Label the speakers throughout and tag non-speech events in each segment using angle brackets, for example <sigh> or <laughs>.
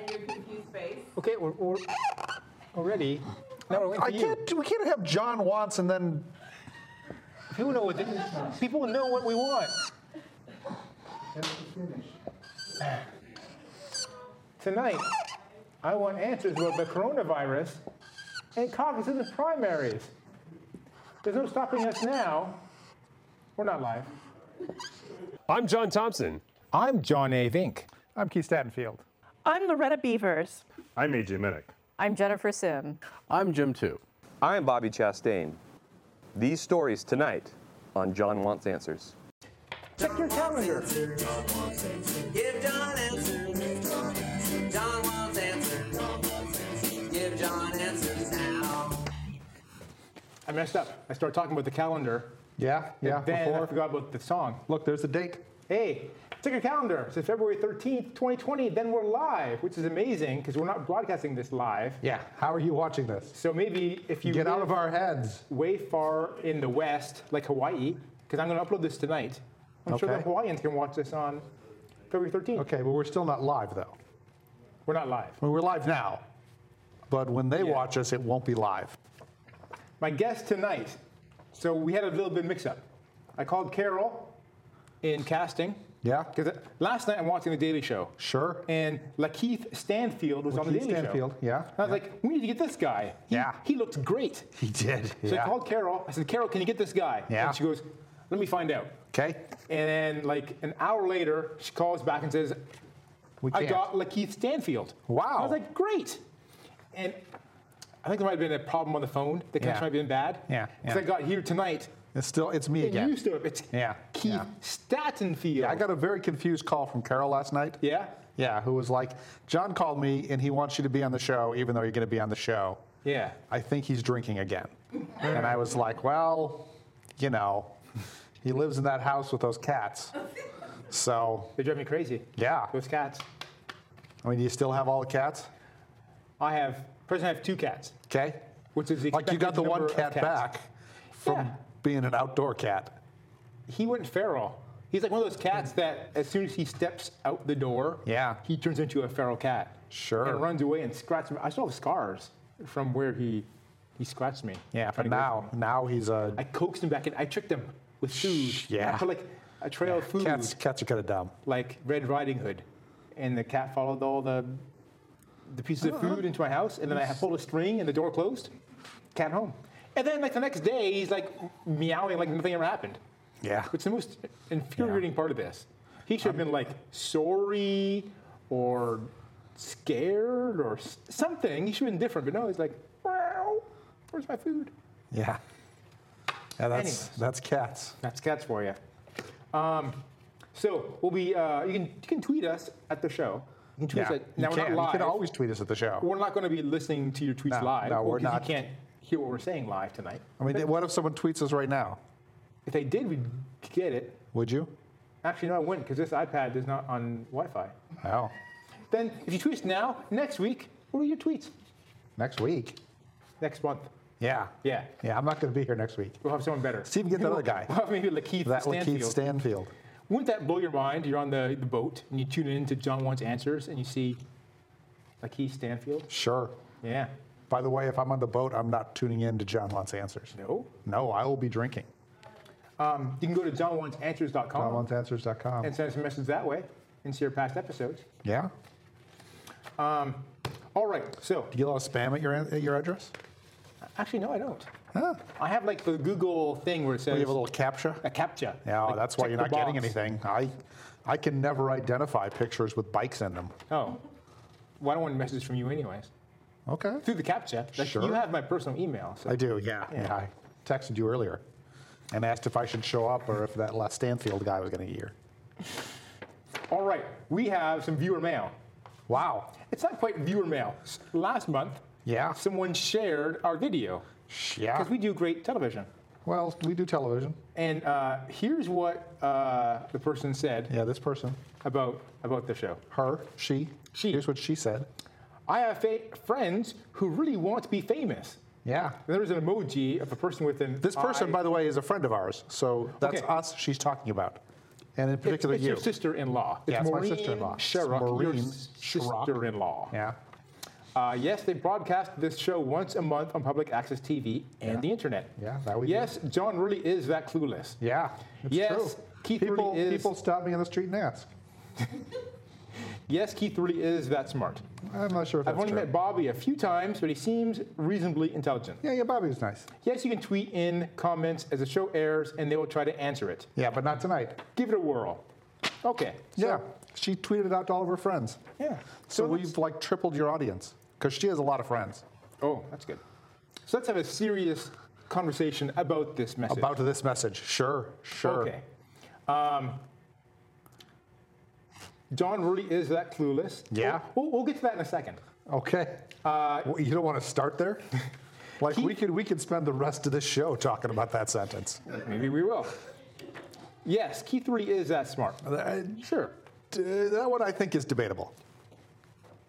Speaker 1: in your confused face.
Speaker 2: Okay, we're, we're already. No, we're waiting
Speaker 3: I
Speaker 2: for you.
Speaker 3: can't. We can't have John wants and then
Speaker 2: People know what they- people know what we want. Tonight, I want answers about the coronavirus and cognizant primaries. There's no stopping us now. We're not live.
Speaker 4: I'm John Thompson.
Speaker 5: I'm John A. Vink.
Speaker 3: I'm Keith Statenfield.
Speaker 6: I'm Loretta Beavers.
Speaker 4: I'm AJ Minnick.
Speaker 7: I'm Jennifer Sim.
Speaker 8: I'm Jim Too.
Speaker 9: I am Bobby Chastain. These stories tonight on John Wants Answers.
Speaker 2: Check your calendar.
Speaker 10: Give John answers. John wants answers. Give John answers now.
Speaker 2: I messed up. I started talking about the calendar.
Speaker 3: Yeah, yeah.
Speaker 2: Then I
Speaker 3: before.
Speaker 2: forgot about the song.
Speaker 3: Look, there's the date.
Speaker 2: Hey, check your calendar. It's February 13th, 2020. Then we're live, which is amazing because we're not broadcasting this live.
Speaker 3: Yeah. How are you watching this?
Speaker 2: So maybe if you
Speaker 3: Get out of
Speaker 2: live-
Speaker 3: our heads.
Speaker 2: way far in the west, like Hawaii, because I'm going to upload this tonight. I'm sure
Speaker 3: Okay.
Speaker 2: the Hawaiians can watch this on February 13th.
Speaker 3: Okay, but we're still not live though.
Speaker 2: We're not live.
Speaker 3: Well, we're live now, but when they watch us, it won't be live.
Speaker 2: My guest tonight, so we had a little bit mix up. I called Carol in casting.
Speaker 3: Yeah.
Speaker 2: Because last night I'm watching The Daily Show.
Speaker 3: Sure.
Speaker 2: And Lakeith Stanfield was on The
Speaker 3: Keith
Speaker 2: Daily
Speaker 3: Stanfield,
Speaker 2: Show.
Speaker 3: yeah,
Speaker 2: And I was like, we need to get this guy. He-
Speaker 3: Yeah.
Speaker 2: He looked great.
Speaker 3: He did.
Speaker 2: So I called Carol. I said, Carol, can you get this guy?
Speaker 3: Yeah.
Speaker 2: And she goes, let me find out.
Speaker 3: Okay.
Speaker 2: And then, like an hour later, she calls back and says,
Speaker 3: We
Speaker 2: I
Speaker 3: can't.
Speaker 2: got Lakeith Stanfield.
Speaker 3: Wow.
Speaker 2: I was like, great. And I think there might have been a problem on the phone. The connection
Speaker 3: Yeah.
Speaker 2: might have been bad.
Speaker 3: Yeah,
Speaker 2: Because
Speaker 3: yeah.
Speaker 2: I got here tonight
Speaker 3: It's still. It's me
Speaker 2: and
Speaker 3: again.
Speaker 2: used to it. It's
Speaker 3: Yeah,
Speaker 2: Keith
Speaker 3: yeah.
Speaker 2: Statenfield.
Speaker 3: I got a very confused call from Carol last night.
Speaker 2: Yeah?
Speaker 3: Yeah, who was like, John called me and he wants you to be on the show, even though you're going to be on the show.
Speaker 2: Yeah.
Speaker 3: I think he's drinking again. and I was like, well, you know, <laughs> he lives in that house with those cats. So,
Speaker 2: They drive me crazy.
Speaker 3: Yeah.
Speaker 2: Those cats.
Speaker 3: I mean, do you still have all the cats?
Speaker 2: I have, present, I have two cats,
Speaker 3: Okay.
Speaker 2: which is the
Speaker 3: Like, you got
Speaker 2: expected
Speaker 3: the one
Speaker 2: number of
Speaker 3: cat
Speaker 2: cats.
Speaker 3: back from
Speaker 2: Yeah.
Speaker 3: being an outdoor cat.
Speaker 2: He went feral. He's like one of those cats that, as soon as he steps out the door,
Speaker 3: Yeah.
Speaker 2: he turns into a feral cat.
Speaker 3: Sure.
Speaker 2: And runs away and scratches me. I still have scars from where he he scratched me.
Speaker 3: Yeah, but
Speaker 2: Trying to go
Speaker 3: now,
Speaker 2: from-
Speaker 3: now he's a.
Speaker 2: I coaxed him back in. I tricked him with food.
Speaker 3: yeah.
Speaker 2: I put like a trail of food,
Speaker 3: Cats, cats are kind of dumb.
Speaker 2: like Red Riding Hood, and the cat followed all the the pieces of food into my house, and then I pulled a string, and the door closed. Cat home. And then like the next day, he's like meowing like nothing ever happened.
Speaker 3: Yeah.
Speaker 2: It's the most infuriating part of this. He should have been like sorry or scared or s- something. He should have been different, but no, he's like, "Meow, where's my food?
Speaker 3: Yeah. Yeah, that's
Speaker 2: Anyways.
Speaker 3: that's cats.
Speaker 2: That's cats for you. Um, so we'll be. Uh, you can you can tweet us at the show. You can tweet us. At, now
Speaker 3: you
Speaker 2: we're
Speaker 3: can.
Speaker 2: not live.
Speaker 3: You can always tweet us at the show.
Speaker 2: We're not going to be listening to your tweets
Speaker 3: No,
Speaker 2: live.
Speaker 3: no,
Speaker 2: or
Speaker 3: we're
Speaker 2: 'cause
Speaker 3: not.
Speaker 2: You can't hear what we're saying live tonight.
Speaker 3: I mean, what if someone tweets us right now?
Speaker 2: If they did, we'd get it.
Speaker 3: Would you?
Speaker 2: Actually, no, I wouldn't because this iPad is not on Wi-Fi.
Speaker 3: No.
Speaker 2: Then, if you tweet us now, next week, what are your tweets?
Speaker 3: Next week.
Speaker 2: Next month,
Speaker 3: Yeah.
Speaker 2: Yeah.
Speaker 3: Yeah, I'm not going to be here next week.
Speaker 2: we'll have someone better.
Speaker 3: See if we can get that other guy.
Speaker 2: <laughs> We'll have maybe Lakeith
Speaker 3: That
Speaker 2: Stanfield.
Speaker 3: Lakeith Stanfield.
Speaker 2: Wouldn't that blow your mind? You're on the, the boat and you tune in to John Wants Answers and you see Lakeith Stanfield.
Speaker 3: Sure.
Speaker 2: Yeah.
Speaker 3: By the way, if I'm on the boat, I'm not tuning in to John Wants Answers.
Speaker 2: No.
Speaker 3: No, I will be drinking.
Speaker 2: You can go to johnwantsanswers.com
Speaker 3: JohnWantsAnswers.com.
Speaker 2: and send us a message that way and see our past episodes.
Speaker 3: Yeah.
Speaker 2: All right. So,
Speaker 3: Do you get a lot of spam at your at your address?
Speaker 2: actually, no, I don't. I have like the Google thing where it says
Speaker 3: Do you have a
Speaker 2: <laughs>
Speaker 3: little captcha?
Speaker 2: a captcha.
Speaker 3: Yeah,
Speaker 2: Like,
Speaker 3: that's why
Speaker 2: check
Speaker 3: you're
Speaker 2: the
Speaker 3: not getting
Speaker 2: box.
Speaker 3: anything. I I can never identify pictures with bikes in them.
Speaker 2: Oh. Well, I don't want messages from you, anyways.
Speaker 3: Okay.
Speaker 2: Through the captcha. Like, You
Speaker 3: Sure.
Speaker 2: have my personal email. So.
Speaker 3: I do, yeah. Yeah. I texted you earlier and asked if I should show up or if that last Stanfield guy was going to be here.
Speaker 2: All right. We have some viewer mail.
Speaker 3: Wow.
Speaker 2: It's not quite viewer mail. S- Last month,
Speaker 3: Yeah.
Speaker 2: someone shared our video
Speaker 3: Yeah.
Speaker 2: because we do great television.
Speaker 3: well, we do television.
Speaker 2: And uh, here's what uh, the person said
Speaker 3: Yeah, this person,
Speaker 2: about about the show.
Speaker 3: her, she.
Speaker 2: She.
Speaker 3: Here's what she said.
Speaker 2: I have fa- friends who really want to be famous.
Speaker 3: Yeah.
Speaker 2: And there was an emoji of a person with an
Speaker 3: This person,
Speaker 2: eye-
Speaker 3: by the way, is a friend of ours. So that's
Speaker 2: Okay.
Speaker 3: us she's talking about. and in particular
Speaker 2: it's
Speaker 3: you.
Speaker 2: your sister-in-law.
Speaker 3: Yeah, it's my
Speaker 2: Maureen
Speaker 3: sister-in-law. It's
Speaker 2: Sherrock, your
Speaker 3: Maureen
Speaker 2: s-
Speaker 3: Sherrock.
Speaker 2: sister-in-law.
Speaker 3: yeah.
Speaker 2: Uh, yes, they broadcast this show once a month on public access TV and the internet.
Speaker 3: Yeah, that we do.
Speaker 2: Yes, John really is that clueless.
Speaker 3: Yeah. It's
Speaker 2: Yes,
Speaker 3: true.
Speaker 2: Keith
Speaker 3: people,
Speaker 2: really is-
Speaker 3: people stop me on the street and ask.
Speaker 2: Yes, Keith really is that smart.
Speaker 3: I'm not sure if that's
Speaker 2: I've only
Speaker 3: true.
Speaker 2: met Bobby a few times, but he seems reasonably intelligent.
Speaker 3: yeah, yeah, Bobby was nice.
Speaker 2: Yes, you can tweet in comments as the show airs, and they will try to answer it.
Speaker 3: Yeah, but not tonight.
Speaker 2: Give it a whirl. Okay.
Speaker 3: yeah. She tweeted it out to all of her friends.
Speaker 2: Yeah.
Speaker 3: So,
Speaker 2: So
Speaker 3: we've like tripled your audience because she has a lot of friends
Speaker 2: Oh, that's good. So let's have a serious conversation about this message.
Speaker 3: about this message. Sure, sure.
Speaker 2: Okay. Um, John really is that clueless.
Speaker 3: Yeah.
Speaker 2: We'll, we'll, we'll get to that in a second.
Speaker 3: Okay.
Speaker 2: Uh,
Speaker 3: Well, you don't want to
Speaker 2: <laughs>
Speaker 3: start there? like we could we could spend the rest of this show talking about that sentence.
Speaker 2: Maybe we will. Yes, Keith really is that smart.
Speaker 3: Uh,
Speaker 2: Sure.
Speaker 3: d- that one I think is debatable.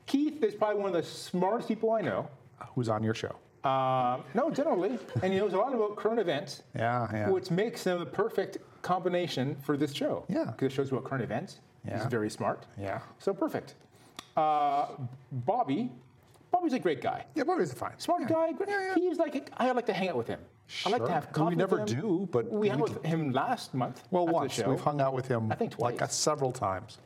Speaker 2: Keith is probably one of the smartest people I know.
Speaker 3: Who's on your show?
Speaker 2: Uh, no, generally. And he knows a lot about current events,
Speaker 3: Yeah, yeah.
Speaker 2: which makes him the perfect combination for this show.
Speaker 3: Yeah.
Speaker 2: Because it shows about current events. He's
Speaker 3: Yeah.
Speaker 2: very smart.
Speaker 3: Yeah.
Speaker 2: So perfect. Uh, Bobby, Bobby's a great guy.
Speaker 3: Yeah, Bobby's fine.
Speaker 2: Smart
Speaker 3: Yeah.
Speaker 2: guy. Great. He's like, I like to hang out with him. I like to
Speaker 3: Sure.
Speaker 2: have
Speaker 3: We
Speaker 2: coffee. with
Speaker 3: never
Speaker 2: him.
Speaker 3: do, but
Speaker 2: we
Speaker 3: we
Speaker 2: hung out with
Speaker 3: can-
Speaker 2: him last month.
Speaker 3: Well,
Speaker 2: after the
Speaker 3: once
Speaker 2: show.
Speaker 3: we've hung out with him
Speaker 2: I think
Speaker 3: like
Speaker 2: twice.
Speaker 3: uh, several times.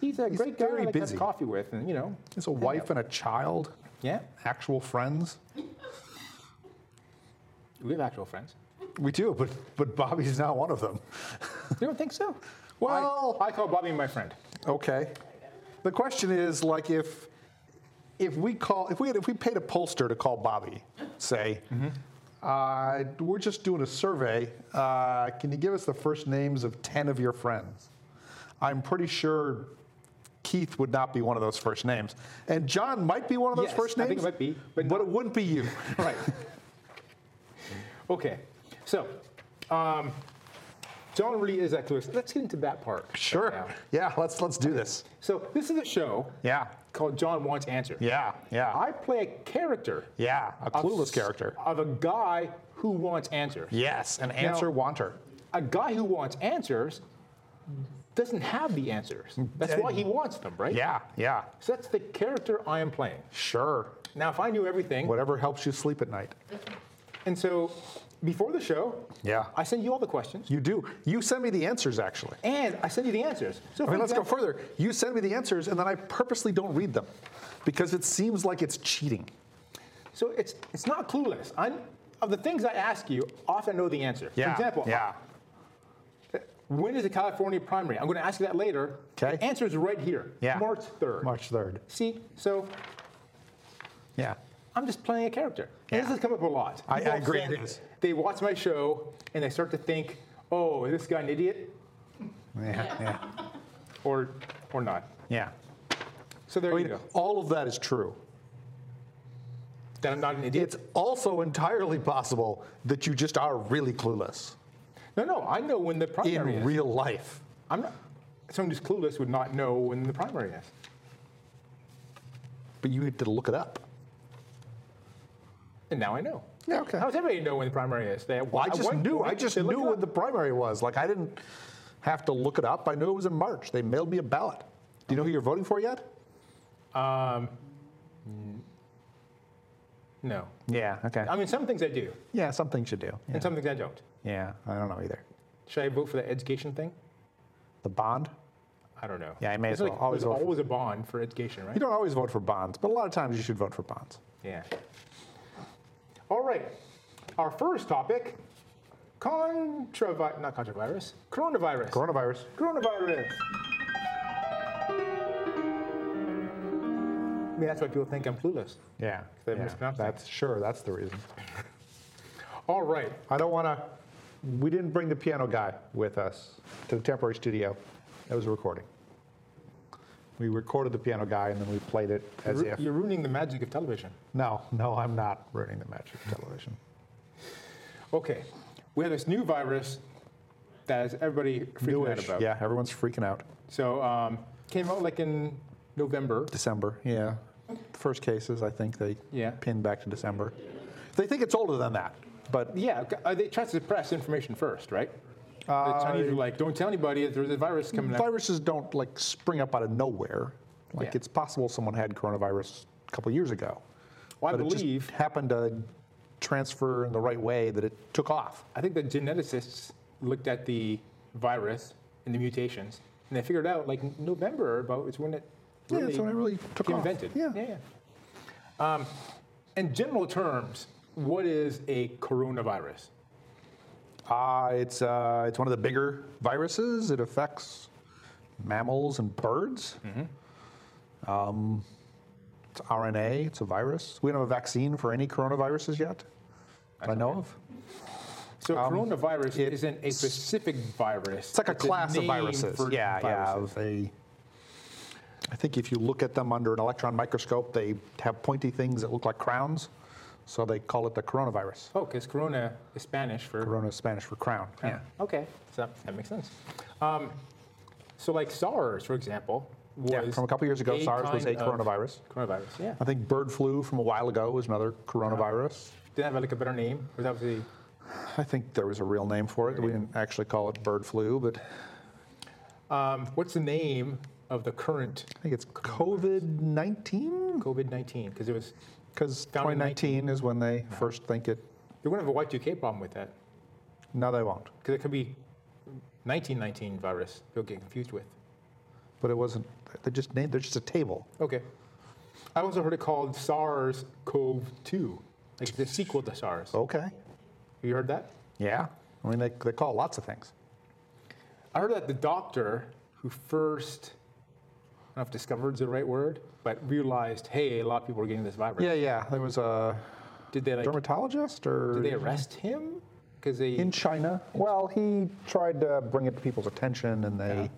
Speaker 2: He's a
Speaker 3: he's
Speaker 2: great guy. I
Speaker 3: very
Speaker 2: like to have
Speaker 3: busy.
Speaker 2: coffee with, and you know,
Speaker 3: He's a wife and a child,
Speaker 2: yeah,
Speaker 3: actual friends.
Speaker 2: we have actual friends.
Speaker 3: We do, but but Bobby's not one of them.
Speaker 2: You don't think so?
Speaker 3: Well-
Speaker 2: I, I call Bobby my friend.
Speaker 3: Okay. The question is like if if we call if we had, if we paid a pollster to call Bobby, say,
Speaker 2: Mm-hmm.
Speaker 3: uh, we're just doing a survey. Uh, can you give us the first names of ten of your friends? I'm pretty sure Keith would not be one of those first names, and John might be one of those
Speaker 2: Yes,
Speaker 3: first
Speaker 2: I
Speaker 3: names.
Speaker 2: think it might be, but
Speaker 3: it wouldn't be
Speaker 2: <laughs>
Speaker 3: you.
Speaker 2: Right. okay. So, um, John really is that clueless. Let's get into that part. right
Speaker 3: sure.
Speaker 2: now.
Speaker 3: Yeah. Let's let's do this.
Speaker 2: So this is a show
Speaker 3: Yeah.
Speaker 2: called John Wants Answer.
Speaker 3: Yeah. Yeah.
Speaker 2: I play a character.
Speaker 3: yeah. A
Speaker 2: of
Speaker 3: clueless
Speaker 2: s-
Speaker 3: character.
Speaker 2: Of a guy who wants answers.
Speaker 3: Yes. An answer wanter.
Speaker 2: A guy who wants answers doesn't have the answers. That's why he wants them, right?
Speaker 3: Yeah. Yeah.
Speaker 2: So that's the character I am playing.
Speaker 3: Sure.
Speaker 2: Now, if I knew everything,
Speaker 3: Whatever helps you sleep at night.
Speaker 2: and so before the show,
Speaker 3: Yeah.
Speaker 2: I send you all the questions
Speaker 3: You do. You send me the answers, actually.
Speaker 2: and I send you the answers. So
Speaker 3: I mean,
Speaker 2: for
Speaker 3: let's go
Speaker 2: example-
Speaker 3: further. You send me the answers, and then I purposely don't read them because it seems like it's cheating.
Speaker 2: So it's it's not clueless. I'm of the things I ask you, often know the answer. For example,
Speaker 3: Yeah.
Speaker 2: when is the California primary? I'm going to ask you that later.
Speaker 3: 'Kay.
Speaker 2: The answer is right here.
Speaker 3: Yeah.
Speaker 2: March 3rd.
Speaker 3: March 3rd.
Speaker 2: See, so
Speaker 3: Yeah.
Speaker 2: I'm just playing a character. And This
Speaker 3: Yeah.
Speaker 2: has come up a lot.
Speaker 3: I- I
Speaker 2: People
Speaker 3: agree,
Speaker 2: saying
Speaker 3: it is.
Speaker 2: They watch my show and they start to think, oh, is this guy an idiot
Speaker 3: Yeah. Yeah.
Speaker 2: <laughs> or or not?
Speaker 3: yeah.
Speaker 2: So there
Speaker 3: I
Speaker 2: you
Speaker 3: mean,
Speaker 2: go.
Speaker 3: all of that is true.
Speaker 2: That I'm not an idiot.
Speaker 3: It's also entirely possible that you just are really clueless
Speaker 2: no, no, I know when the primary
Speaker 3: in
Speaker 2: is.
Speaker 3: real life.
Speaker 2: I'm not. Someone who's clueless would not know when the primary is.
Speaker 3: But you need to look it up.
Speaker 2: And now I know.
Speaker 3: Yeah, okay.
Speaker 2: How does everybody know when the primary is? They,
Speaker 3: Well, I
Speaker 2: at
Speaker 3: just
Speaker 2: one
Speaker 3: knew.
Speaker 2: point,
Speaker 3: I just
Speaker 2: they look
Speaker 3: knew
Speaker 2: it
Speaker 3: when
Speaker 2: up.
Speaker 3: the primary was. Like I didn't have to look it up. I knew it was in March. They mailed me a ballot. Do you know who you're voting for yet?
Speaker 2: No.
Speaker 3: Yeah. Okay.
Speaker 2: I mean, some things I do,
Speaker 3: yeah, some things you do. Yeah.
Speaker 2: and some things I don't.
Speaker 3: yeah. I don't know either.
Speaker 2: Should I vote for the education thing?
Speaker 3: The bond.
Speaker 2: I don't know.
Speaker 3: Yeah, I may as
Speaker 2: Isn't
Speaker 3: well. Always
Speaker 2: there's
Speaker 3: vote for-
Speaker 2: always a bond for education, right?
Speaker 3: You don't always vote for bonds, but a lot of times you should vote for bonds.
Speaker 2: Yeah. All right. Our first topic contravi- not contravirus, coronavirus.
Speaker 3: Coronavirus.
Speaker 2: coronavirus. I mean, that's why people think I'm clueless.
Speaker 3: Yeah.
Speaker 2: They
Speaker 3: yeah.
Speaker 2: mispronounced it.
Speaker 3: That's sure. That's the reason.
Speaker 2: All right.
Speaker 3: I don't want to. We didn't bring the piano guy with us to the temporary studio. That was a recording. We recorded the piano guy and then we played it as
Speaker 2: Ru-
Speaker 3: if.
Speaker 2: You're ruining the magic of television.
Speaker 3: No, no, I'm not ruining the magic of television.
Speaker 2: Okay. We have this new virus that is everybody freaking out
Speaker 3: Newish.
Speaker 2: about.
Speaker 3: Yeah, everyone's freaking out.
Speaker 2: So um, came out like in November.
Speaker 3: December. Yeah. First cases, I think they
Speaker 2: Yeah.
Speaker 3: pinned back to December. They think it's older than that, but
Speaker 2: Yeah, uh, they try to suppress information first, right? the Chinese were like, don't tell anybody that there's a virus coming out.
Speaker 3: Viruses don't like spring up out of nowhere. Like
Speaker 2: Yeah.
Speaker 3: it's possible someone had coronavirus a couple years ago.
Speaker 2: Well, I
Speaker 3: but it
Speaker 2: believe-
Speaker 3: just happened to transfer in the right way that it took off.
Speaker 2: I think the geneticists looked at the virus and the mutations, and they figured out like November about it's when it
Speaker 3: Yeah,
Speaker 2: really,
Speaker 3: that's when it really took
Speaker 2: became
Speaker 3: off.
Speaker 2: invented.
Speaker 3: Yeah.
Speaker 2: yeah. yeah. Um, in general terms, what is a coronavirus?
Speaker 3: Uh, it's, uh, it's one of the bigger viruses. It affects mammals and birds. Um,
Speaker 2: Mm-hmm.
Speaker 3: it's RNA, it's a virus. We don't have a vaccine for any coronaviruses yet, that I know of.
Speaker 2: So coronavirus
Speaker 3: Um, it-
Speaker 2: isn't a specific virus.
Speaker 3: It's like a class of
Speaker 2: name
Speaker 3: viruses.
Speaker 2: for
Speaker 3: yeah, yeah.
Speaker 2: viruses.
Speaker 3: They, I think if you look at them under an electron microscope, they have pointy things that look like crowns, so they call it the coronavirus.
Speaker 2: Oh, because corona is Spanish for
Speaker 3: Corona is Spanish for crown. Yeah.
Speaker 2: Okay, so that makes sense. Um, so, like SARS, for example, was
Speaker 3: Yeah, from a couple years ago, SARS was
Speaker 2: kind
Speaker 3: a
Speaker 2: of
Speaker 3: coronavirus.
Speaker 2: Coronavirus, yeah.
Speaker 3: I think bird flu from a while ago was another coronavirus.
Speaker 2: Didn't have like a better name. Was that the
Speaker 3: I think there was a real name for it. We didn't actually call it bird flu, but
Speaker 2: um, what's the name of the current
Speaker 3: I think it's COVID 19
Speaker 2: COVID nineteen? Because it was
Speaker 3: because
Speaker 2: Found in
Speaker 3: 2019 is when they first think it.
Speaker 2: they wouldn't have a Y two K problem with that
Speaker 3: No, they won't.
Speaker 2: because it could be nineteen nineteen virus. People get confused with.
Speaker 3: But it wasn't. They just named. They're just a table.
Speaker 2: Okay, I also heard it called SARS CoV two, like the sequel to SARS. Have
Speaker 3: Okay.
Speaker 2: you heard that?
Speaker 3: Yeah. I mean, they, they call it lots of things.
Speaker 2: I heard that the doctor who first, I don't know if discovered is the right word, but realized, hey, a lot of people are getting this virus.
Speaker 3: Yeah, yeah. There was a
Speaker 2: Did they like?
Speaker 3: dermatologist or
Speaker 2: Did they arrest him? Because they.
Speaker 3: in China. Well, he tried to bring it to people's attention, and they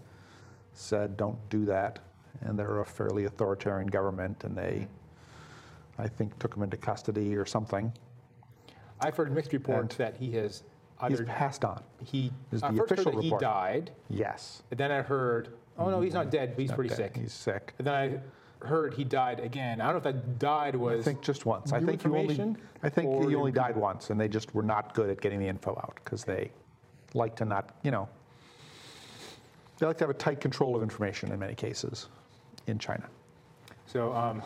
Speaker 3: said, "Don't do that." And they're a fairly authoritarian government, and they, I think, took him into custody or something.
Speaker 2: I've heard mixed reports that he has.
Speaker 3: He's
Speaker 2: Either,
Speaker 3: passed on.
Speaker 2: he.
Speaker 3: is
Speaker 2: I
Speaker 3: the
Speaker 2: first heard
Speaker 3: official
Speaker 2: that he
Speaker 3: report.
Speaker 2: died,
Speaker 3: Yes.
Speaker 2: and then I heard, oh no, he's not dead, but he's pretty
Speaker 3: Okay,
Speaker 2: sick.
Speaker 3: He's sick.
Speaker 2: And then I heard he died again. I don't know if that died was.
Speaker 3: I think just once. I
Speaker 2: new
Speaker 3: think he only.
Speaker 2: information
Speaker 3: I think
Speaker 2: or
Speaker 3: he only
Speaker 2: new-
Speaker 3: died once, and they just were not good at getting the info out because they like to not, you know, they like to have a tight control of information in many cases in China.
Speaker 2: So, um,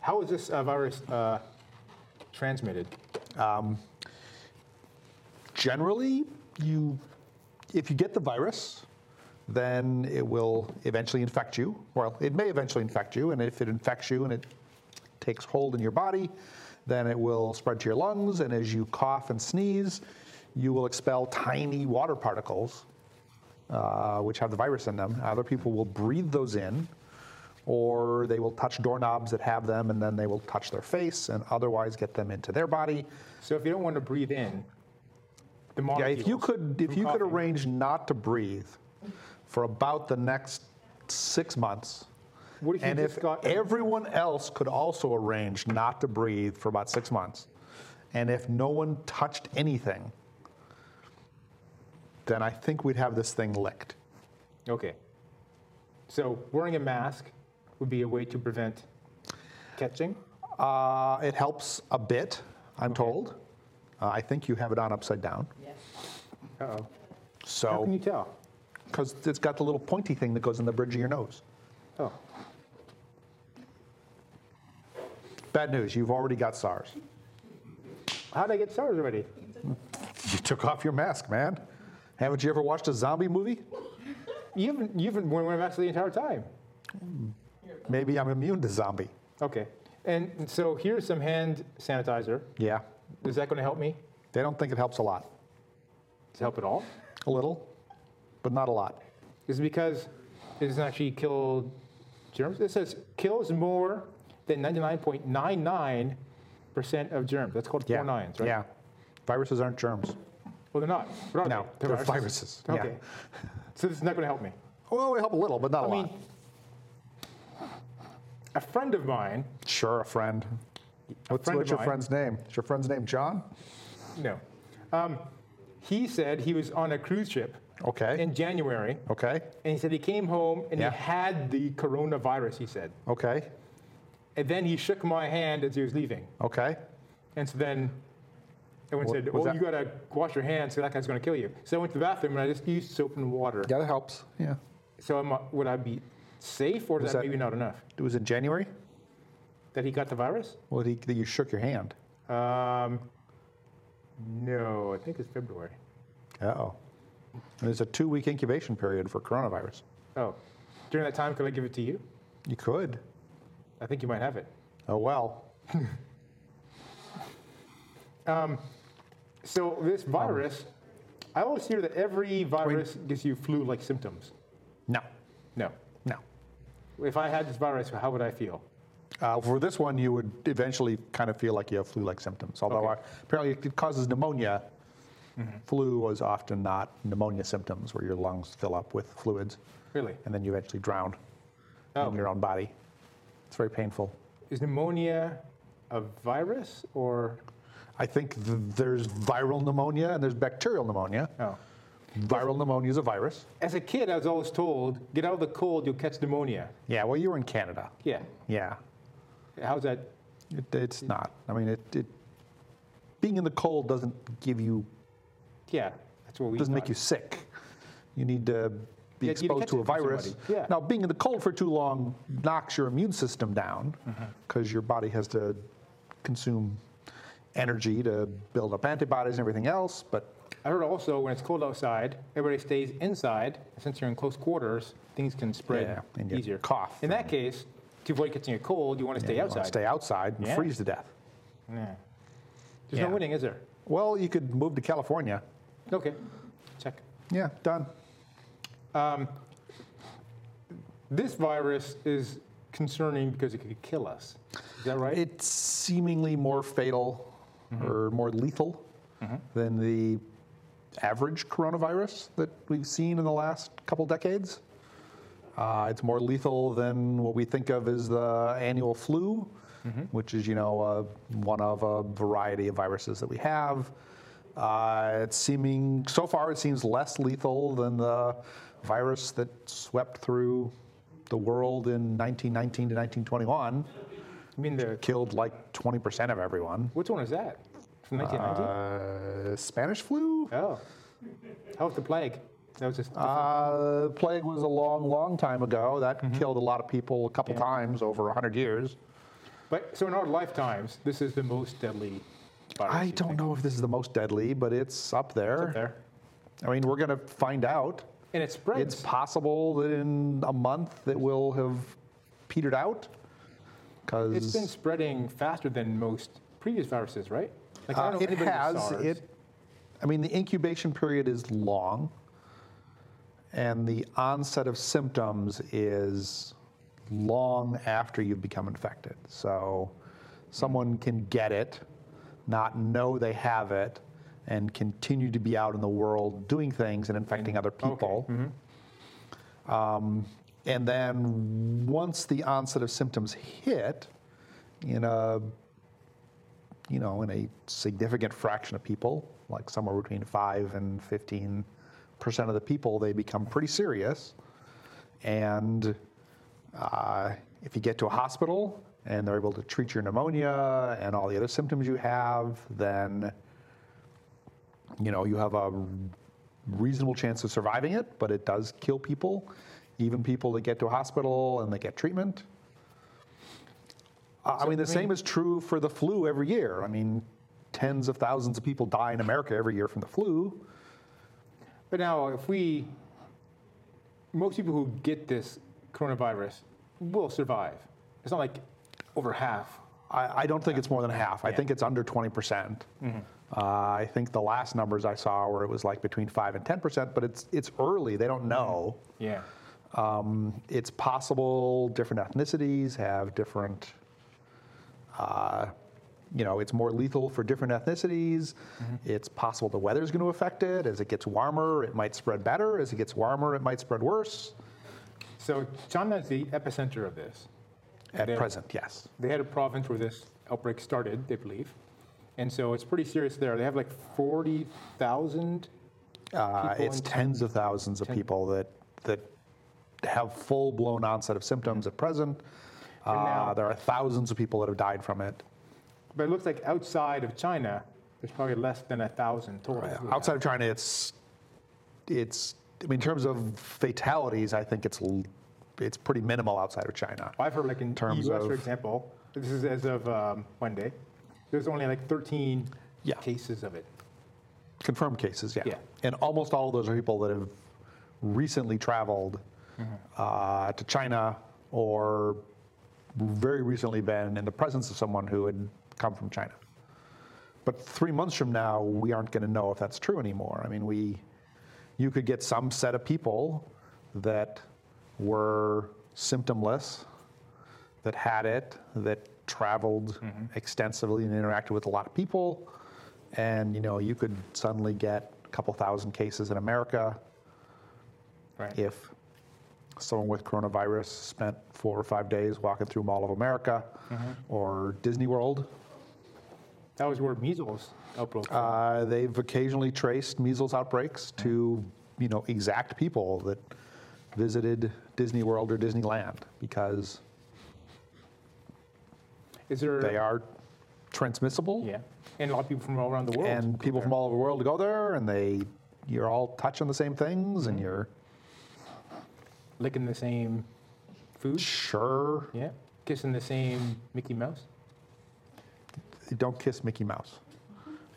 Speaker 2: how is this uh, virus uh, transmitted?
Speaker 3: Generally, you, if you get the virus, then it will eventually infect you. Well, it may eventually infect you, and if it infects you and it takes hold in your body, then it will spread to your lungs, and as you cough and sneeze, you will expel tiny water particles, uh, which have the virus in them. Other people will breathe those in, or they will touch doorknobs that have them, and then they will touch their face and otherwise get them into their body.
Speaker 2: So if you don't want to breathe in, the
Speaker 3: Yeah,
Speaker 2: molecules.
Speaker 3: if you could, if
Speaker 2: from
Speaker 3: you could
Speaker 2: coughing-
Speaker 3: arrange not to breathe for about the next six months,
Speaker 2: What if you
Speaker 3: and if
Speaker 2: just got-
Speaker 3: everyone else could also arrange not to breathe for about six months, and if no one touched anything, then I think we'd have this thing licked.
Speaker 2: Okay. So wearing a mask would be a way to prevent catching.
Speaker 3: Uh, it helps a bit, I'm told. Uh, I think you have it on upside down.
Speaker 2: Uh-oh. How can you
Speaker 3: So,
Speaker 2: tell?
Speaker 3: because it's got the little pointy thing that goes in the bridge of your nose.
Speaker 2: Oh.
Speaker 3: Bad news, you've already got SARS.
Speaker 2: How did I get SARS already?
Speaker 3: You took off your mask, man. Haven't you ever watched a zombie movie?
Speaker 2: You haven't you haven't worn a mask the entire time.
Speaker 3: Maybe I'm immune to zombie.
Speaker 2: Okay. And so here's some hand sanitizer.
Speaker 3: Yeah.
Speaker 2: Is that going to help me?
Speaker 3: They don't think it helps a lot.
Speaker 2: Does it help at all?
Speaker 3: A little, but not a lot.
Speaker 2: Is it because it doesn't actually kill germs? It says kills more than 99.99% of germs. That's called
Speaker 3: Yeah.
Speaker 2: four nines, right?
Speaker 3: Yeah. Viruses aren't germs.
Speaker 2: Well, they're not. What are
Speaker 3: No,
Speaker 2: they?
Speaker 3: they're viruses. Yeah.
Speaker 2: Okay. So this is not going to help me.
Speaker 3: Well, they help a little, but not a
Speaker 2: I mean,
Speaker 3: lot.
Speaker 2: a friend of mine,
Speaker 3: Sure, a friend. What's,
Speaker 2: friend
Speaker 3: what's
Speaker 2: of
Speaker 3: your
Speaker 2: mine.
Speaker 3: friend's name? Is your friend's name John?
Speaker 2: no, um, he said he was on a cruise ship
Speaker 3: Okay.
Speaker 2: in January,
Speaker 3: okay.
Speaker 2: and he said he came home and
Speaker 3: Yeah.
Speaker 2: he had the coronavirus. He said,
Speaker 3: Okay.
Speaker 2: and then he shook my hand as he was leaving,
Speaker 3: Okay.
Speaker 2: and so then Everyone said,
Speaker 3: what's
Speaker 2: "Oh,
Speaker 3: that?
Speaker 2: you gotta wash your hands, so that guy's gonna kill you." So I went to the bathroom and I just used soap and water.
Speaker 3: Yeah, that helps. Yeah.
Speaker 2: So am I, would I be safe, or is
Speaker 3: Was
Speaker 2: that,
Speaker 3: that-
Speaker 2: maybe not enough?
Speaker 3: It was in January?
Speaker 2: That he got the virus?
Speaker 3: Well, he, you shook your hand.
Speaker 2: Um, no, I think it's February.
Speaker 3: Uh-oh. And there's a two-week incubation period for coronavirus.
Speaker 2: Oh, during that time, could I give it to you?
Speaker 3: You could.
Speaker 2: I think you might have it.
Speaker 3: Oh, well.
Speaker 2: So this virus, I always hear that every virus gives you flu-like symptoms.
Speaker 3: No,
Speaker 2: No.
Speaker 3: no.
Speaker 2: If I had this virus, how would I feel?
Speaker 3: Uh, for this one, you would eventually kind of feel like you have flu-like symptoms, although
Speaker 2: Okay.
Speaker 3: uh, apparently it causes pneumonia. Flu was often not pneumonia symptoms, where your lungs fill up with fluids,
Speaker 2: Really?
Speaker 3: and then you eventually drown
Speaker 2: Oh.
Speaker 3: in your own body. It's very painful.
Speaker 2: Is pneumonia a virus or?
Speaker 3: I think th- there's viral pneumonia and there's bacterial pneumonia.
Speaker 2: Oh.
Speaker 3: Viral pneumonia is a virus.
Speaker 2: As a kid, I was always told, get out of the cold, you'll catch pneumonia.
Speaker 3: Yeah, well, you were in Canada.
Speaker 2: Yeah.
Speaker 3: Yeah,
Speaker 2: How's that?
Speaker 3: it, it's not. I mean, it, it being in the cold doesn't give you
Speaker 2: Yeah. That's what we.
Speaker 3: doesn't make
Speaker 2: thought.
Speaker 3: you sick. You need to
Speaker 2: Yeah,
Speaker 3: be
Speaker 2: you
Speaker 3: exposed
Speaker 2: catch
Speaker 3: to
Speaker 2: it
Speaker 3: a
Speaker 2: from
Speaker 3: virus.
Speaker 2: somebody, yeah.
Speaker 3: Now, being in the cold for too long knocks your immune system down
Speaker 2: Mm-hmm.
Speaker 3: because your body has to consume energy to build up antibodies and everything else. But
Speaker 2: I heard also when it's cold outside, everybody stays inside. Since you're in close quarters, things can spread
Speaker 3: Yeah, and you
Speaker 2: easier.
Speaker 3: cough
Speaker 2: In that case, to avoid catching a cold, you want to stay
Speaker 3: you wanna
Speaker 2: outside.
Speaker 3: stay outside and
Speaker 2: Yeah.
Speaker 3: freeze to death.
Speaker 2: There's
Speaker 3: yeah.
Speaker 2: no winning, is there?
Speaker 3: Well, you could move to California.
Speaker 2: Okay. Check.
Speaker 3: Yeah, done.
Speaker 2: This virus is concerning because it could kill us. Is that right?
Speaker 3: It's seemingly more fatal or more lethal than the average coronavirus that we've seen in the last couple decades. Uh, it's more lethal than what we think of as the annual flu, which is, you know, uh, one of a variety of viruses that we have. Uh, it's seeming, so far, it seems less lethal than the virus that swept through the world in 1919 to 1921
Speaker 2: I mean, the
Speaker 3: killed like 20% of everyone.
Speaker 2: which one is that? From 1990?
Speaker 3: Uh, Spanish flu?
Speaker 2: oh. How was the plague? That was just.
Speaker 3: Uh, plague was a long, long time ago. That killed a lot of people a couple times over 100 years.
Speaker 2: but so in our lifetimes, this is the most deadly virus.
Speaker 3: I
Speaker 2: you
Speaker 3: don't
Speaker 2: think.
Speaker 3: know if this is the most deadly, but it's up there.
Speaker 2: There.
Speaker 3: I mean, we're going to find out.
Speaker 2: And it spreads.
Speaker 3: It's possible that in a month it will have petered out. Because
Speaker 2: It's been spreading faster than most previous viruses, right? Like, I
Speaker 3: Uh,
Speaker 2: don't know
Speaker 3: it
Speaker 2: anybody with
Speaker 3: has.
Speaker 2: SARS.
Speaker 3: It. I mean, the incubation period is long, and the onset of symptoms is long after you've become infected. So, someone can get it, not know they have it, and continue to be out in the world doing things and
Speaker 2: Mm-hmm.
Speaker 3: infecting other people. Um, And then once the onset of symptoms hit, in a you know, in a significant fraction of people, like somewhere between five and fifteen percent of the people, they become pretty serious. And uh, if you get to a hospital and they're able to treat your pneumonia and all the other symptoms you have, then you know you have a reasonable chance of surviving it. But it does kill people, even people that get to a hospital and they get treatment. I mean, the same is true for the flu every year. I mean, tens of thousands of people die in America every year from the flu.
Speaker 2: But now, if we, most people who get this coronavirus will survive. It's not like over half.
Speaker 3: I, I don't think it's more than half. I think it's under 20%. Uh, I think the last numbers I saw were it was like between 5 and 10%, but it's, it's early. They don't know.
Speaker 2: Yeah.
Speaker 3: Um, it's possible different ethnicities have different, uh, you know, it's more lethal for different ethnicities. It's possible the weather's going to affect it. As it gets warmer, it might spread better. As it gets warmer, it might spread worse.
Speaker 2: So China is the epicenter of this.
Speaker 3: At
Speaker 2: There.
Speaker 3: present, yes.
Speaker 2: They had a province where this outbreak started, they believe. And so it's pretty serious there. They have like 40,000.
Speaker 3: Uh,
Speaker 2: people
Speaker 3: it's
Speaker 2: in
Speaker 3: tens of thousands of people that that have full blown onset of symptoms at present. Uh,
Speaker 2: now-
Speaker 3: there are thousands of people that have died from it.
Speaker 2: But it looks like outside of China, There's probably less than a thousand total.
Speaker 3: Outside of China, it's it's. I mean, in terms of fatalities, I think it's l- it's pretty minimal outside of China.
Speaker 2: I've heard like in
Speaker 3: terms
Speaker 2: US, for
Speaker 3: of-
Speaker 2: example, this is as of um, one day, there's only like 13
Speaker 3: Yeah.
Speaker 2: cases of it.
Speaker 3: Confirmed cases, yeah.
Speaker 2: Yeah.
Speaker 3: And almost all of those are people that have recently traveled uh, to China or very recently been in the presence of someone who had come from China. But three months from now, we aren't going to know if that's true anymore. I mean, we, you could get some set of people that were symptomless, that had it, that traveled extensively and interacted with a lot of people, and you know, you could suddenly get a couple thousand cases in America
Speaker 2: Right.
Speaker 3: if someone with coronavirus spent four or five days walking through Mall of America or Disney World.
Speaker 2: That was where measles outbroke. from.
Speaker 3: Uh, they've occasionally traced measles outbreaks to, you know, exact people that visited Disney World or Disneyland because
Speaker 2: is there?
Speaker 3: they are transmissible.
Speaker 2: Yeah. And a lot of people from all around the world.
Speaker 3: and
Speaker 2: go
Speaker 3: people
Speaker 2: there.
Speaker 3: from all over the world go there, and they, you're all touching the same things, and you're
Speaker 2: licking the same food.
Speaker 3: sure
Speaker 2: Yeah. Kissing the same Mickey Mouse.
Speaker 3: don't kiss Mickey Mouse.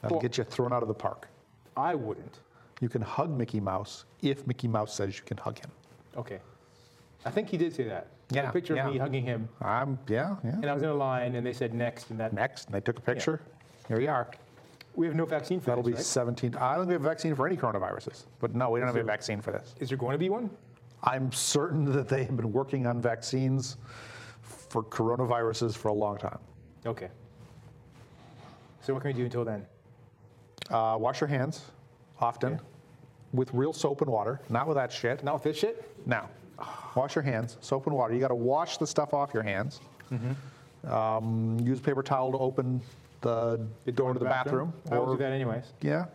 Speaker 3: That'll
Speaker 2: Well-
Speaker 3: get you thrown out of the park.
Speaker 2: I wouldn't.
Speaker 3: You can hug Mickey Mouse if Mickey Mouse says you can hug him.
Speaker 2: Okay. I think he did say that.
Speaker 3: Yeah,
Speaker 2: A picture
Speaker 3: yeah.
Speaker 2: of me hugging him,
Speaker 3: I'm yeah yeah.
Speaker 2: and I was in a line, and they said next, and that
Speaker 3: Next, and they took a picture. Here we are.
Speaker 2: we have no vaccine for
Speaker 3: That'll
Speaker 2: this,
Speaker 3: be
Speaker 2: right?
Speaker 3: 17. I don't think we have a vaccine for any coronaviruses, but no, we don't have a vaccine for this.
Speaker 2: Is there going to be one?
Speaker 3: I'm certain that they have been working on vaccines for coronaviruses for a long time.
Speaker 2: Okay. So what can we do until then?
Speaker 3: Uh, wash your hands often with real soap and water, not with that shit.
Speaker 2: Not with this shit.
Speaker 3: Now, wash your hands, soap and water. You got to wash the stuff off your hands.
Speaker 2: Mm-hmm.
Speaker 3: Um, use paper towel to open the, door to the bathroom.
Speaker 2: I will
Speaker 3: or-
Speaker 2: do that anyways.
Speaker 3: Yeah.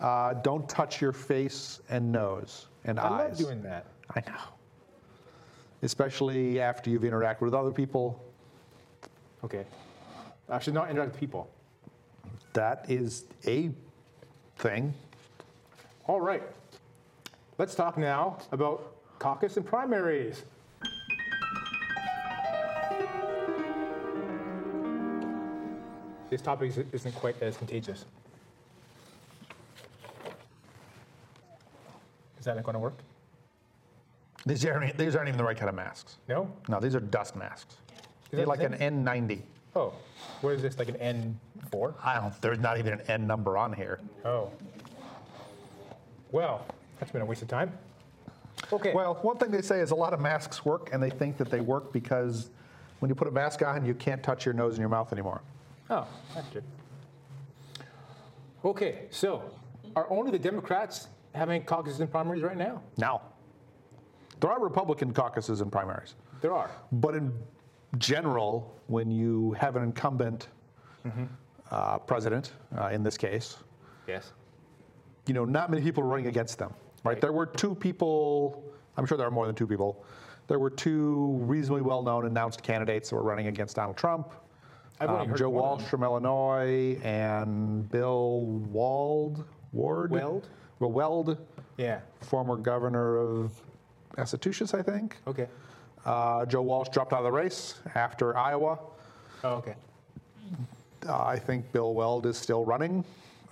Speaker 3: Uh, don't touch your face and nose and
Speaker 2: I
Speaker 3: eyes.
Speaker 2: love doing that.
Speaker 3: I know. Especially after you've interacted with other people.
Speaker 2: Okay. I should not interact with people.
Speaker 3: That is a thing.
Speaker 2: All right. Let's talk now about caucus and primaries. This topic is- isn't quite as contagious. Is that not going to work?
Speaker 3: These aren't, these aren't even the right kind of masks.
Speaker 2: No?
Speaker 3: No, these are dust masks.
Speaker 2: that
Speaker 3: They're like
Speaker 2: the
Speaker 3: an N90.
Speaker 2: Oh, what is this, like an N4?
Speaker 3: I don't, there's not even an N number on here.
Speaker 2: Oh. Well, that's been a waste of time. Okay.
Speaker 3: Well, one thing they say is a lot of masks work, and they think that they work because when you put a mask on, you can't touch your nose and your mouth anymore.
Speaker 2: Oh, that's good. Okay, so are only the Democrats having caucuses and primaries right now?
Speaker 3: Now, there are Republican caucuses and primaries.
Speaker 2: There are.
Speaker 3: But in general, when you have an incumbent uh, president, uh, in this case,
Speaker 2: Yes.
Speaker 3: you know, not many people running against them, right? There were two people. I'm sure there are more than two people. There were two reasonably well-known announced candidates that were running against Donald Trump.
Speaker 2: I've only
Speaker 3: Um,
Speaker 2: heard
Speaker 3: Joe
Speaker 2: one of
Speaker 3: Walsh
Speaker 2: them.
Speaker 3: from Illinois and Bill Wald Ward
Speaker 2: Weld?
Speaker 3: Well, Weld,
Speaker 2: Yeah.
Speaker 3: former governor of Massachusetts, I think.
Speaker 2: Okay.
Speaker 3: Uh, Joe Walsh dropped out of the race after Iowa.
Speaker 2: Oh, okay.
Speaker 3: Uh, I think Bill Weld is still running,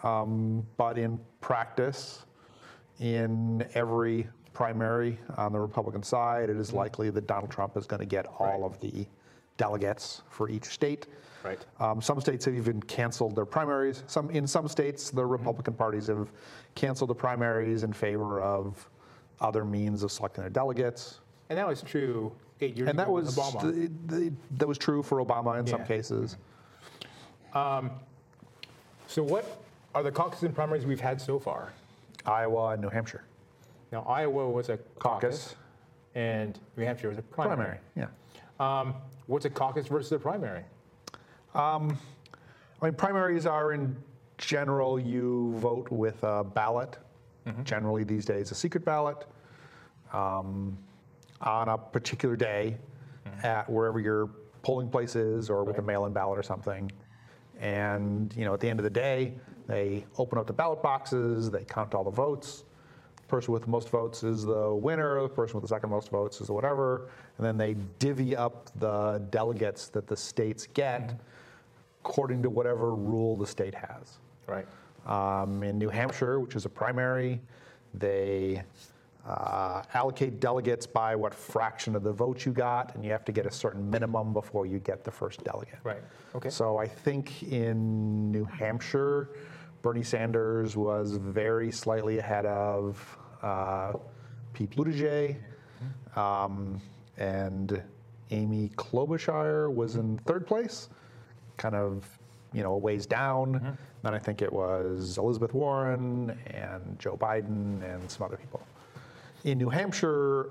Speaker 3: um, but in practice, in every primary on the Republican side, it is likely that Donald Trump is going to get all
Speaker 2: Mm-hmm. Right.
Speaker 3: of the delegates for each state.
Speaker 2: Right.
Speaker 3: Um, some states have even canceled their primaries. Some in some states,
Speaker 2: Mm-hmm.
Speaker 3: the Republican parties have canceled the primaries in favor of other means of selecting their delegates.
Speaker 2: And that was true eight years
Speaker 3: And
Speaker 2: ago.
Speaker 3: that was
Speaker 2: with Obama.
Speaker 3: th- th- that was true for Obama in some
Speaker 2: Yeah.
Speaker 3: cases.
Speaker 2: so, what are the caucuses and primaries we've had so far?
Speaker 3: Iowa and New Hampshire.
Speaker 2: Now, Iowa was a caucus,
Speaker 3: Caucus.
Speaker 2: and New Hampshire was a primary.
Speaker 3: Primary, yeah.
Speaker 2: Um, what's a caucus versus a primary?
Speaker 3: I mean, primaries are in general, you vote with a ballot, generally these days a secret ballot, um, on a particular day at wherever your polling place is or with a mail in ballot or something. And you know, at the end of the day, they open up the ballot boxes, they count all the votes. Person with the most votes is the winner. The person with the second most votes is the whatever, and then they divvy up the delegates that the states get according to whatever rule the state has.
Speaker 2: Right.
Speaker 3: Um, in New Hampshire, which is a primary, they uh, allocate delegates by what fraction of the vote you got, and you have to get a certain minimum before you get the first delegate.
Speaker 2: Right. Okay.
Speaker 3: So I think in New Hampshire, Bernie Sanders was very slightly ahead of uh, Pete Buttigieg,
Speaker 2: Mm-hmm.
Speaker 3: um, and Amy Klobuchar was in third place kind of you know a ways down.
Speaker 2: Mm-hmm.
Speaker 3: Then I think it was Elizabeth Warren and Joe Biden and some other people. In New Hampshire,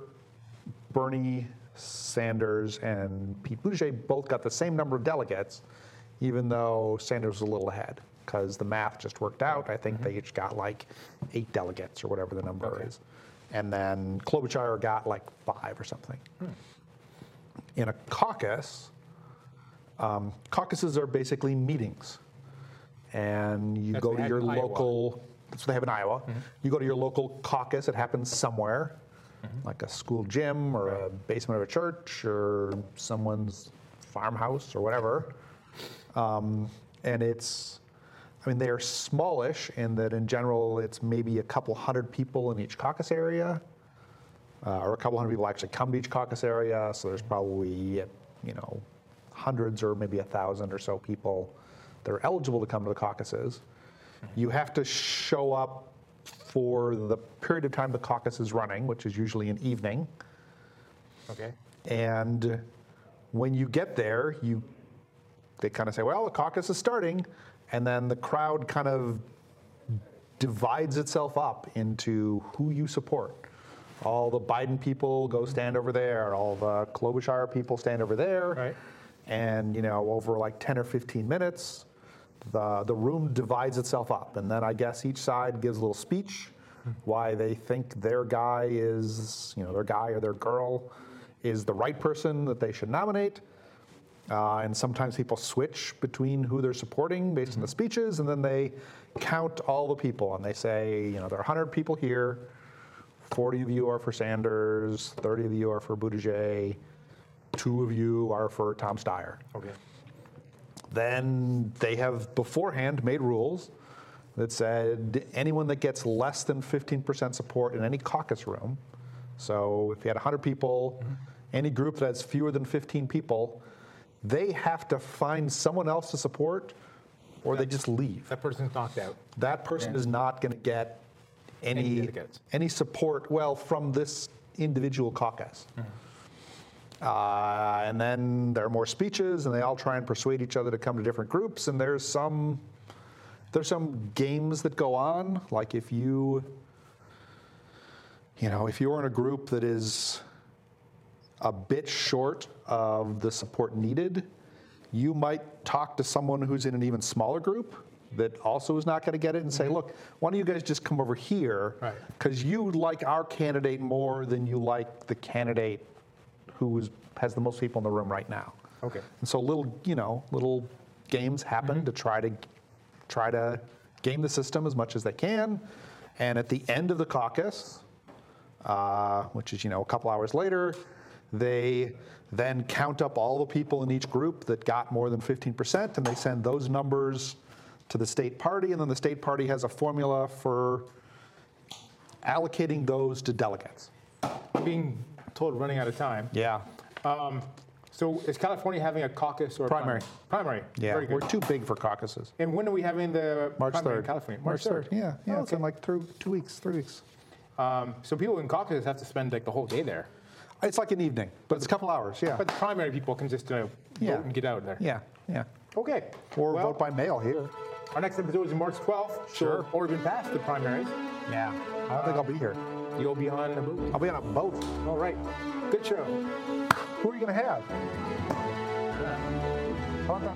Speaker 3: Bernie Sanders and Pete Buttigieg both got the same number of delegates, even though Sanders was a little ahead because the math just worked out. I think they each got like eight delegates or whatever the number is. And then Klobuchar got like five or something. In a caucus, um, caucuses are basically meetings. And you
Speaker 2: That's
Speaker 3: go
Speaker 2: what they
Speaker 3: to
Speaker 2: had
Speaker 3: your
Speaker 2: in Iowa. Mm-hmm.
Speaker 3: local, that's what they have in Iowa. You go to your local caucus, it happens somewhere,
Speaker 2: Mm-hmm.
Speaker 3: like a school gym or a basement of a church or someone's farmhouse or whatever. Um, and it's, I mean, they are smallish in that in general it's maybe a couple hundred people in each caucus area, uh, or a couple hundred people actually come to each caucus area. So there's probably, you know, hundreds or maybe a thousand or so people that are eligible to come to the caucuses. You have to show up for the period of time the caucus is running, which is usually an evening.
Speaker 2: Okay.
Speaker 3: And when you get there, you they kind of say, "Well, the caucus is starting," and then the crowd kind of divides itself up into who you support. All the Biden people go stand over there. All the Klobuchar people stand over there.
Speaker 2: Right.
Speaker 3: And you know, over like 10 or 15 minutes, the the room divides itself up, and then I guess each side gives a little speech why they think their guy is, you know, their guy or their girl is the right person that they should nominate. Uh, and sometimes people switch between who they're supporting based on the speeches, and then they count all the people and they say, you know, there are 100 people here, 40 of you are for Sanders, 30 of you are for Buttigieg, two of you are for Tom Steyer
Speaker 2: Okay.
Speaker 3: then they have beforehand made rules that said anyone that gets less than 15% support in any caucus room, so if you had 100 people, any group that has fewer than 15 people, they have to find someone else to support or they just leave.
Speaker 2: That person's knocked out.
Speaker 3: That person is not going to get
Speaker 2: Any
Speaker 3: any,
Speaker 2: delegates.
Speaker 3: any support, well, from this individual caucus.
Speaker 2: Mm-hmm.
Speaker 3: Uh, and then there are more speeches, and they all try and persuade each other to come to different groups. And there's some there's some games that go on. Like if you you know if you're in a group that is a bit short of the support needed, you might talk to someone who's in an even smaller group that also is not going to get it and say, look, why don't you guys just come over here?
Speaker 2: Right.
Speaker 3: Because you like our candidate more than you like the candidate who is, has the most people in the room right now.
Speaker 2: Okay.
Speaker 3: And so little, you know, little games happen to try to try to game the system as much as they can. And at the end of the caucus, uh, which is you know a couple hours later, they then count up all the people in each group that got more than 15%, and they send those numbers to the state party, and then the state party has a formula for allocating those to delegates.
Speaker 2: I'm being told we're running out of time.
Speaker 3: Yeah.
Speaker 2: Um, so is California having a caucus or a
Speaker 3: Primary.
Speaker 2: Primary.
Speaker 3: Yeah.
Speaker 2: Very
Speaker 3: We're
Speaker 2: good.
Speaker 3: too big for caucuses.
Speaker 2: and when are we having the
Speaker 3: March
Speaker 2: primary in
Speaker 3: 3rd.
Speaker 2: California?
Speaker 3: March 3rd. Yeah. Yeah.
Speaker 2: Oh,
Speaker 3: It's in
Speaker 2: okay.
Speaker 3: like through two weeks, three weeks.
Speaker 2: Um, so people in caucuses have to spend like the whole day there.
Speaker 3: It's like an evening, but it's a couple hours. Yeah.
Speaker 2: But the primary people can just uh,
Speaker 3: Yeah.
Speaker 2: vote and get out of there.
Speaker 3: yeah. Yeah.
Speaker 2: Okay.
Speaker 3: Or
Speaker 2: Well,
Speaker 3: vote by mail here.
Speaker 2: Our next episode is March 12th.
Speaker 3: Sure.
Speaker 2: So Oregon passed the primaries.
Speaker 3: Yeah. I don't think I'll be here.
Speaker 2: You'll be on the boat.
Speaker 3: I'll be on a boat.
Speaker 2: All right. Good show.
Speaker 3: Who are you going to have? How about that?